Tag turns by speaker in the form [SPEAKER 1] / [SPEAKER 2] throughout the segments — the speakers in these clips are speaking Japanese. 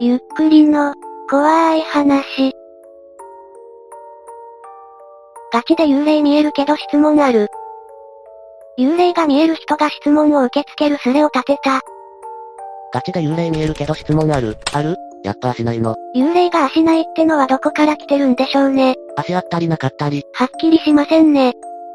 [SPEAKER 1] ゆっくりの、怖い話。ガチで幽霊見えるけど質問ある。幽霊が見える人が質問を受け付けるスレを立てた。
[SPEAKER 2] ガチで幽霊見えるけど質問あるあるやっぱ足ないの。
[SPEAKER 1] 幽霊が足ないってのはどこから来てるんでしょうね。
[SPEAKER 2] 足あったりなかったり、
[SPEAKER 1] はっきりしませんね。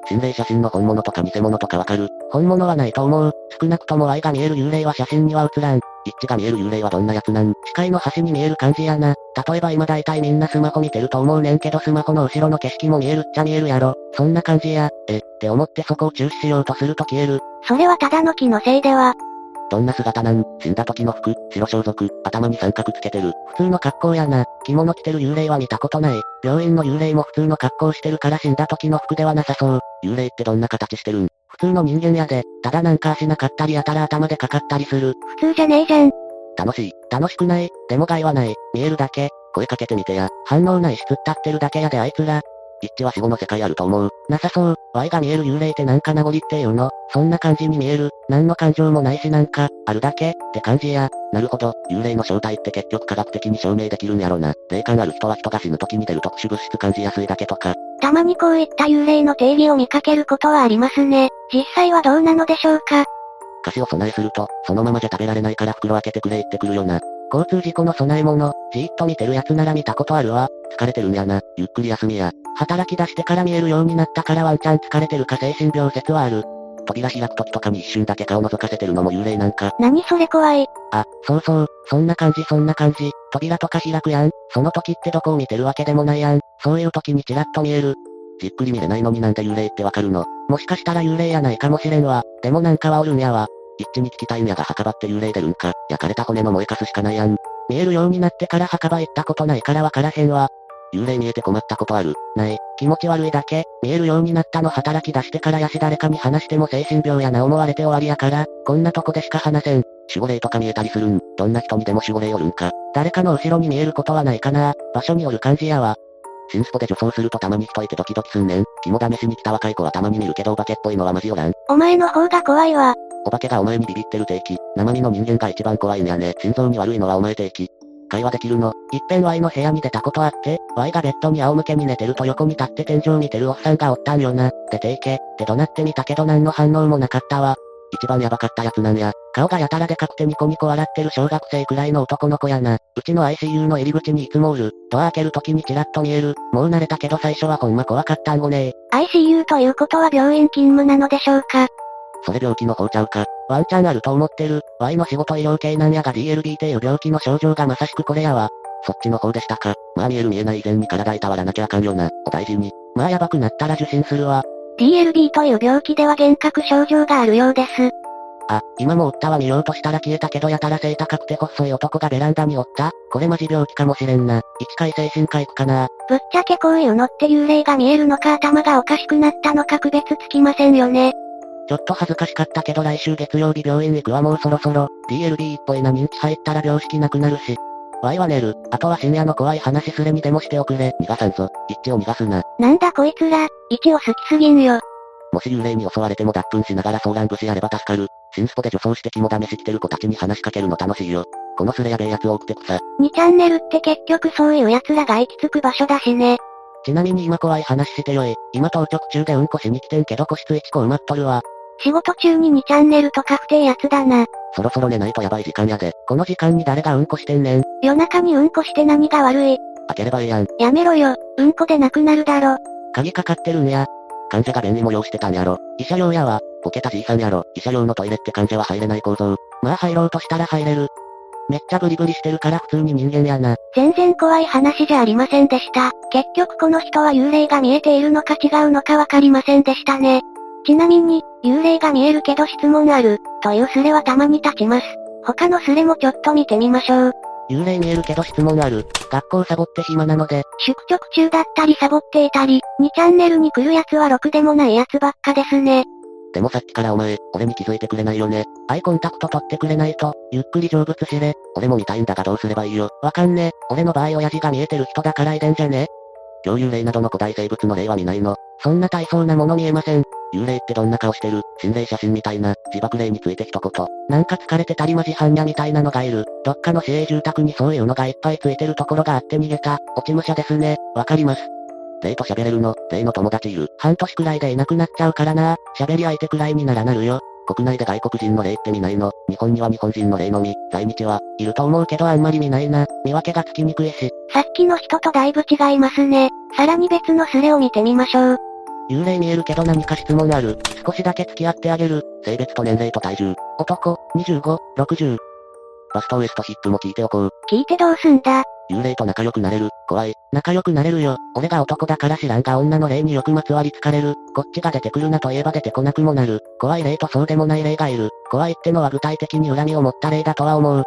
[SPEAKER 2] 心霊写真の本物とか偽物とかわかる。本物はないと思う。少なくとも愛が見える幽霊は写真には映らん。一致が見える幽霊はどんなやつなん視界の端に見える感じやな。例えば今大体みんなスマホ見てると思うねんけどスマホの後ろの景色も見えるっちゃ見えるやろ。そんな感じや。え、って思ってそこを注視しようとすると消える。
[SPEAKER 1] それはただの気のせいでは、
[SPEAKER 2] どんな姿なん死んだ時の服、白装束、頭に三角つけてる。普通の格好やな。着物着てる幽霊は見たことない。病院の幽霊も普通の格好してるから死んだ時の服ではなさそう。幽霊ってどんな形してるん普通の人間やで、ただなんか足なかったりやたら頭でかかったりする。
[SPEAKER 1] 普通じゃねえじゃん。
[SPEAKER 2] 楽しい。楽しくない。でも害はない。見えるだけ。声かけてみてや。反応ないし突っ立ってるだけやであいつら。一致は死後の世界あると思う。なさそう。Y が見える幽霊ってなんか名残っていうの。そんな感じに見える。何の感情もないしなんか、あるだけ、って感じや。なるほど。幽霊の正体って結局科学的に証明できるんやろな。霊感ある人は人が死ぬ時に出る特殊物質感じやすいだけとか。
[SPEAKER 1] たまにこういった幽霊の定義を見かけることはありますね。実際はどうなのでしょうか。
[SPEAKER 2] 菓子を備えすると、そのままじゃ食べられないから袋開けてくれ言ってくるよな。交通事故の備え物、じーっと見てるやつなら見たことあるわ。疲れてるんやな。ゆっくり休みや。働き出してから見えるようになったからワンチャン疲れてるか精神病説はある。扉開く時とかに一瞬だけ顔覗かせてるのも幽霊なんか。
[SPEAKER 1] 何それ怖い。
[SPEAKER 2] あ、そうそう、そんな感じそんな感じ。扉とか開くやん。その時ってどこを見てるわけでもないやん。そういう時にちらっと見える。じっくり見れないのになんで幽霊ってわかるのもしかしたら幽霊やないかもしれんわ。でもなんかはおるんやわ。一致に聞きたいんやが墓場って幽霊出るんか。焼かれた骨の燃えかすしかないやん。見えるようになってから墓場行ったことないからわからへんわ。幽霊見えて困ったことあるない。気持ち悪いだけ。見えるようになったの働き出してからやし誰かに話しても精神病やな思われて終わりやから、こんなとこでしか話せん。守護霊とか見えたりするん。どんな人にでも守護霊おるんか。誰かの後ろに見えることはないかな。場所による感じやわ。新スポで女装するとたまに人いてドキドキすんねん。肝試しに来た若い子はたまに見るけどお化けっぽいのはマジおらん。
[SPEAKER 1] お前の方が怖いわ。
[SPEAKER 2] お化けがお前にビビってる定期。生身の人間が一番怖いんやね。心臓に悪いのはお前定期。会話できるの。いっぺん Y の部屋に出たことあって、Y がベッドに仰向けに寝てると横に立って天井見てるおっさんがおったんよな。出ていけ。って怒鳴ってみたけど何の反応もなかったわ。一番やばかったやつなんや。顔がやたらでかくてニコニコ笑ってる小学生くらいの男の子やな。うちの ICU の入り口にいつもおる。ドア開ける時にちらっと見える。もう慣れたけど最初はほんま怖かったんごね
[SPEAKER 1] ICU ということは病院勤務なのでしょうか。
[SPEAKER 2] それ病気の方ちゃうか。ワンチャンあると思ってる。Y の仕事医療系なんやが DLB っていう病気の症状がまさしくこれやわ。そっちの方でしたか。まあ見える見えない以前に体いたわらなきゃあかんよな。お大事に。まあやばくなったら受診するわ。
[SPEAKER 1] DLB という病気では幻覚症状があるようです。
[SPEAKER 2] あ、今もおったわ見ようとしたら消えたけどやたら背高くて細い男がベランダにおった。これマジ病気かもしれんな。一回精神科行くかな。
[SPEAKER 1] ぶっちゃけこういうのって幽霊が見えるのか頭がおかしくなったのか区別つきませんよね。
[SPEAKER 2] ちょっと恥ずかしかったけど来週月曜日病院行くわもうそろそろ、DLB っぽいな認知入ったら病識なくなるし。ワイは寝る。あとは深夜の怖い話すれにでもしておくれ。逃がさんぞ。一致を逃がすな。
[SPEAKER 1] なんだこいつら、位置を好きすぎんよ。
[SPEAKER 2] もし幽霊に襲われても脱粉しながらソーラン節やれば助かる。新スポで女装して肝試し来てる子たちに話しかけるの楽しいよ。このスレやべえやつ多くて草。
[SPEAKER 1] 2チャンネルって結局そういう奴らが行き着く場所だしね。
[SPEAKER 2] ちなみに今怖い話してよい。今当直中でうんこしに来てんけど個室1個埋まっとるわ。
[SPEAKER 1] 仕事中に2チャンネルとか不定やつだな。
[SPEAKER 2] そろそろ寝ないとやばい時間やで。この時間に誰がうんこしてんねん。
[SPEAKER 1] 夜中にうんこして何が悪い。
[SPEAKER 2] 開ければええやん。
[SPEAKER 1] やめろよ。うんこでなくなるだろ。
[SPEAKER 2] 鍵かかってるんや。患者が便利模様してたんやろ。医者用やわ。ボケたじいさんやろ。医者用のトイレって患者は入れない構造。まあ入ろうとしたら入れる。めっちゃブリブリしてるから普通に人間やな。
[SPEAKER 1] 全然怖い話じゃありませんでした。結局この人は幽霊が見えているのか違うのかわかりませんでしたね。ちなみに、幽霊が見えるけど質問ある、というスレはたまに立ちます。他のスレもちょっと見てみましょう。
[SPEAKER 2] 幽霊見えるけど質問ある。学校サボって暇なので、
[SPEAKER 1] 宿直中だったりサボっていたり、2チャンネルに来るやつはろくでもないやつばっかですね。
[SPEAKER 2] でもさっきからお前、俺に気づいてくれないよね。アイコンタクト取ってくれないと、ゆっくり成仏しれ。俺も見たいんだがどうすればいいよ。わかんねえ。俺の場合親父が見えてる人だから遺伝じゃね恐竜霊などの古代生物の霊は見ないの。そんな大層なもの見えません。幽霊ってどんな顔してる心霊写真みたいな、自爆霊について一言。なんか疲れてたりマジ般若みたいなのがいる。どっかの市営住宅にそういうのがいっぱいついてるところがあって逃げた。落ち武者ですね。わかります。霊と喋れるの、霊の友達いる。半年くらいでいなくなっちゃうからな。喋り相手くらいにならなるよ。国内で外国人の霊って見ないの。日本には日本人の霊のみ、在日は、いると思うけどあんまり見ないな。見分けがつきにくいし。
[SPEAKER 1] さっきの人とだいぶ違いますね。さらに別のスレを見てみましょう。
[SPEAKER 2] 幽霊見えるけど何か質問ある。少しだけ付き合ってあげる。性別と年齢と体重。男、25、60。バストウエストヒップも聞いておこう。
[SPEAKER 1] 聞いてどうすんだ
[SPEAKER 2] 幽霊と仲良くなれる。怖い。仲良くなれるよ。俺が男だから知らんが女の霊によくまつわりつかれる。こっちが出てくるなと言えば出てこなくもなる。怖い霊とそうでもない霊がいる。怖いってのは具体的に恨みを持った霊だとは思う。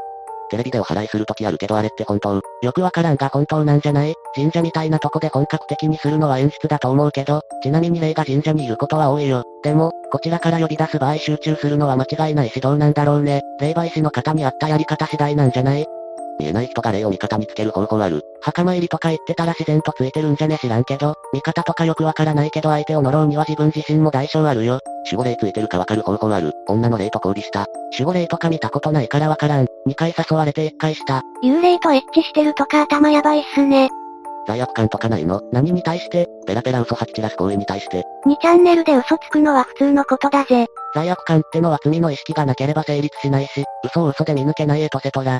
[SPEAKER 2] テレビでお祓いするときあるけどあれって本当よくわからんが本当なんじゃない神社みたいなとこで本格的にするのは演出だと思うけど、ちなみに霊が神社にいることは多いよ。でも、こちらから呼び出す場合集中するのは間違いない指導なんだろうね。霊媒師の方に合ったやり方次第なんじゃない見えない人が霊を味方につける方法ある。墓参りとか言ってたら自然とついてるんじゃね知らんけど、味方とかよくわからないけど相手を呪うには自分自身も代償あるよ。守護霊ついてるかわかる方法ある。女の霊と交尾した。守護霊とか見たことないからわからん。2回誘われて1回した。
[SPEAKER 1] 幽霊とエッチしてるとか頭やばいっすね。
[SPEAKER 2] 罪悪感とかないの何に対してペラペラ嘘吐き散らす行為に対して。
[SPEAKER 1] 2チャンネルで嘘つくのは普通のことだぜ。
[SPEAKER 2] 罪悪感ってのは罪の意識がなければ成立しないし、嘘を嘘で見抜けないエトセトラ。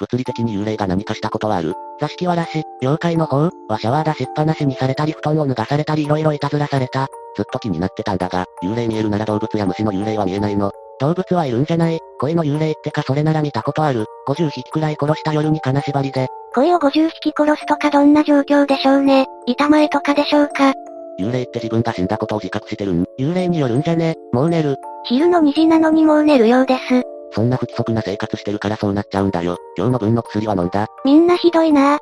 [SPEAKER 2] 物理的に幽霊が何かしたことはある座敷わらし、妖怪の方はシャワー出しっぱなしにされたり布団を脱がされたり色々いたずらされた。ずっと気になってたんだが、幽霊見えるなら動物や虫の幽霊は見えないの。動物はいるんじゃない恋の幽霊ってかそれなら見たことある。50匹くらい殺した夜に金縛りで、
[SPEAKER 1] 恋を50匹殺すとかどんな状況でしょうね。板前とかでしょうか。
[SPEAKER 2] 幽霊って自分が死んだことを自覚してるん幽霊によるんじゃねもう寝る。
[SPEAKER 1] 昼の2時なのにもう寝るようです。
[SPEAKER 2] そんな不規則な生活してるからそうなっちゃうんだよ。今日の分の薬は飲んだ。
[SPEAKER 1] みんなひどいなあ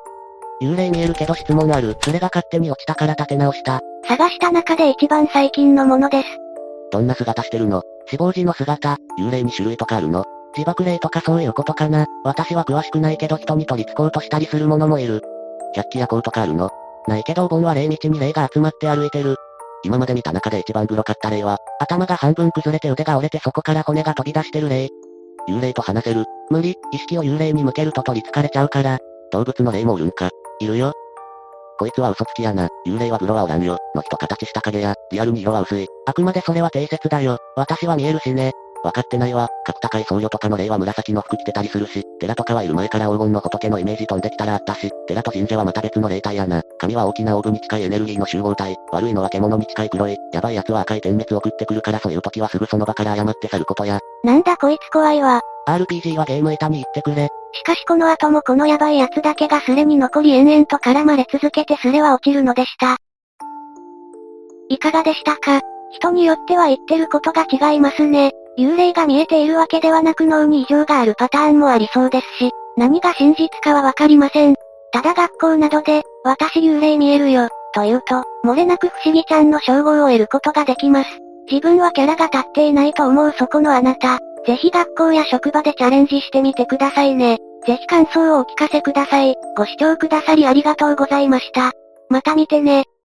[SPEAKER 2] 幽霊見えるけど質問ある。連れが勝手に落ちたから立て直した。
[SPEAKER 1] 探した中で一番最近のものです。
[SPEAKER 2] どんな姿してるの死亡時の姿、幽霊に種類とかあるの自爆霊とかそういうことかな私は詳しくないけど人に取り付こうとしたりするものもいる。百鬼夜行とかあるのないけどお盆は霊道に霊が集まって歩いてる。今まで見た中で一番グロかった霊は、頭が半分崩れて腕が折れてそこから骨が飛び出してる霊。幽霊と話せる。無理、意識を幽霊に向けると取り憑かれちゃうから。動物の霊もいるんか。いるよ。こいつは嘘つきやな。幽霊はグロはおらんよ。の人形した影や、リアルに色は薄い。あくまでそれは定説だよ。私は見えるしね。わかってないわ。格高い僧侶とかの霊は紫の服着てたりするし、寺とかはいる前から黄金の仏のイメージ飛んできたらあったし、寺と神社はまた別の霊体やな。神は大きなオーブに近いエネルギーの集合体、悪いのは獣に近い黒い、やばい奴は赤い点滅送ってくるからそういう時はすぐその場から謝って去ることや、
[SPEAKER 1] なんだこいつ怖いわ。
[SPEAKER 2] RPG はゲーム板に行ってくれ。
[SPEAKER 1] しかしこの後もこのヤバいやつだけがスレに残り延々と絡まれ続けてスレは落ちるのでした。いかがでしたか人によっては言ってることが違いますね。幽霊が見えているわけではなく脳に異常があるパターンもありそうですし、何が真実かはわかりません。ただ学校などで、私幽霊見えるよ、と言うと、漏れなく不思議ちゃんの称号を得ることができます。自分はキャラが立っていないと思うそこのあなた、ぜひ学校や職場でチャレンジしてみてくださいね。ぜひ感想をお聞かせください。ご視聴くださりありがとうございました。また見てね。